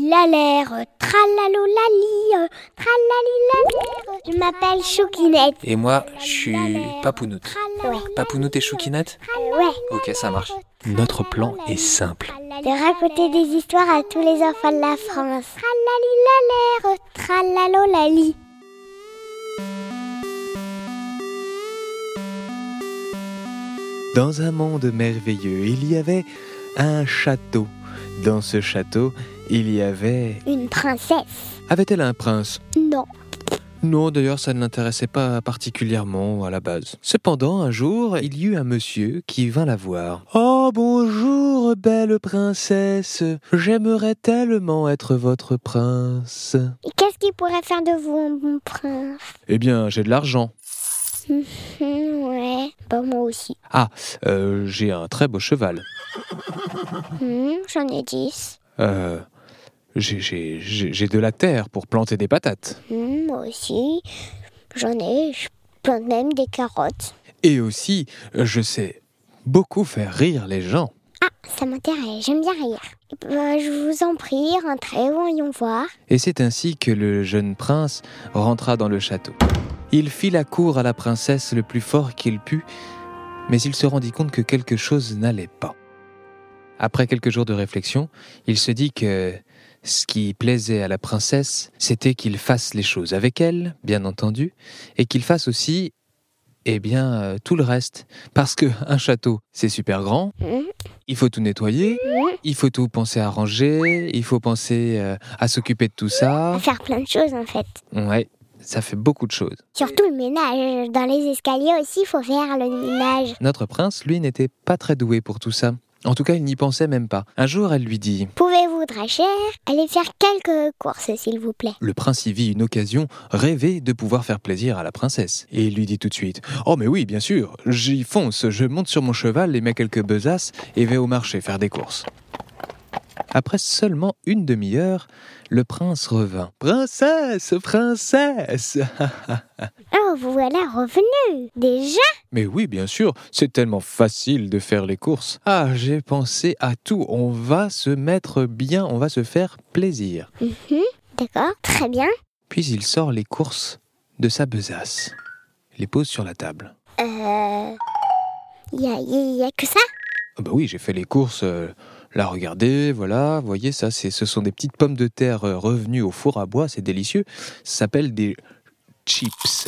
Tralalilalère, tralalolali, tralalilalère. Je m'appelle Choukinette. Et moi, je suis Papounoute. Ouais. Papounoute et Choukinette Ouais, Ok, ça marche. Notre plan est simple. de raconter des histoires à tous les enfants de la France. Tralalilalère, tralalolali. Dans un monde merveilleux, il y avait un château. Dans ce château, il y avait... Une princesse. Avait-elle un prince Non. Non, d'ailleurs, ça ne l'intéressait pas particulièrement à la base. Cependant, un jour, il y eut un monsieur qui vint la voir. Oh, bonjour, belle princesse. J'aimerais tellement être votre prince. Et qu'est-ce qu'il pourrait faire de vous, mon prince Eh bien, j'ai de l'argent. Hum, Ouais, bah moi aussi. Euh, j'ai un très beau cheval. Hum, J'en ai 10. Euh, j'ai- j'ai j'ai- j'ai de la terre pour planter des patates. Hum, moi aussi. J'en ai, je plante même des carottes. Et aussi, euh, je sais beaucoup faire rire les gens. Ah, ça m'intéresse, j'aime bien rire. Bah, je vous en prie, rentrez, voyons voir. Et c'est ainsi que le jeune prince rentra dans le château. Il fit la cour à la princesse le plus fort qu'il put, mais il se rendit compte que quelque chose n'allait pas. Après quelques jours de réflexion, il se dit que ce qui plaisait à la princesse, c'était qu'il fasse les choses avec elle, bien entendu, et qu'il fasse aussi, eh bien, euh, tout le reste. Parce que un château, c'est super grand, Hum, il faut tout nettoyer, hum. il faut tout penser à ranger, il faut penser euh, à s'occuper de tout On ça. va faire plein de choses en fait. Ouais, ça fait beaucoup de choses. Surtout le ménage. Dans les escaliers aussi, il faut faire le ménage. Notre prince, lui, n'était pas très doué pour tout ça. En tout cas, il n'y pensait même pas. Un jour, elle lui dit Pouvez-vous, très cher, aller faire quelques courses, s'il vous plaît Le prince y vit une occasion rêvée de pouvoir faire plaisir à la princesse. Et il lui dit tout de suite Oh, mais oui, bien sûr, j'y fonce, je monte sur mon cheval et mets quelques besaces et vais au marché faire des courses. Après seulement une demi-heure, le prince revint. Princesse, princesse Oh, vous voilà revenu Déjà Mais oui, bien sûr, c'est tellement facile de faire les courses. Ah, j'ai pensé à tout, on va se mettre bien, on va se faire plaisir. Mhm, D'accord, très bien. Puis il sort les courses de sa besace, les pose sur la table. Euh. Y a, y- y a que ça Ah bah oui, j'ai fait les courses, euh, là regardez, voilà, voyez ça, c'est, ce sont des petites pommes de terre euh, revenues au four à bois, c'est délicieux. Ça s'appelle des chips.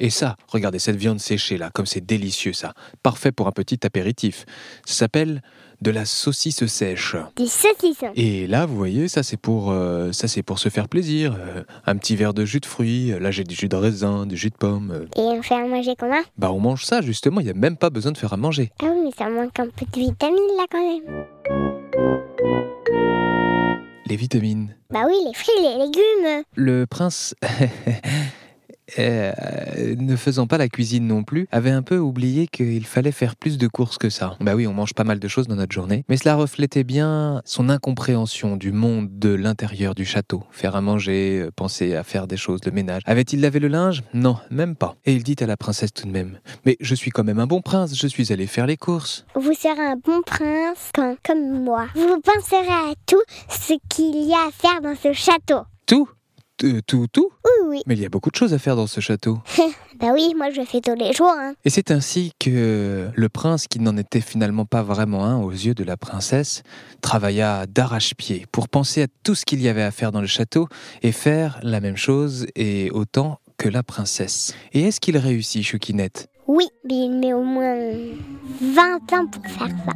Et ça, regardez cette viande séchée là, comme c'est délicieux ça. Parfait pour un petit apéritif. Ça s'appelle de la saucisse sèche. Des saucissons. Et là, vous voyez, ça c'est pour, euh, ça c'est pour se faire plaisir. Euh, un petit verre de jus de fruits. euh, Là, j'ai du jus de raisin, du jus de pomme. Euh, Et on fait à manger comment bah, on mange ça justement. Il y a même pas besoin de faire à manger. Ah oui, mais ça manque un peu de vitamines là quand même. Les vitamines. Bah oui, les fruits, les légumes. Le prince, euh, ne faisant pas la cuisine non plus, avait un peu oublié qu'il fallait faire plus de courses que ça. Bah oui, on mange pas mal de choses dans notre journée, mais cela reflétait bien son incompréhension du monde de l'intérieur du château. Faire à manger, euh, penser à faire des choses, le ménage. Avait-il lavé le linge Non, même pas. Et il dit à la princesse tout de même Mais je suis quand même un bon prince, je suis allé faire les courses. Vous serez un bon prince quand, comme moi. Vous penserez à tout ce qu'il y a à faire dans ce château. Tout Euh, Tout, tout Oui, oui. Mais il y a beaucoup de choses à faire dans ce château. Bah oui, moi je le fais tous les jours. Hein. Et c'est ainsi que le prince, qui n'en était finalement pas vraiment un aux yeux de la princesse, travailla d'arrache-pied pour penser à tout ce qu'il y avait à faire dans le château et faire la même chose et autant que la princesse. Et est-ce qu'il réussit, Choukinette Oui, mais il met au moins 20 ans pour faire ça.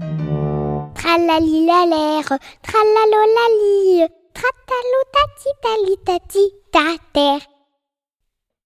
Tralalilalère, tralalolali, tratalotati tali tati ta terre.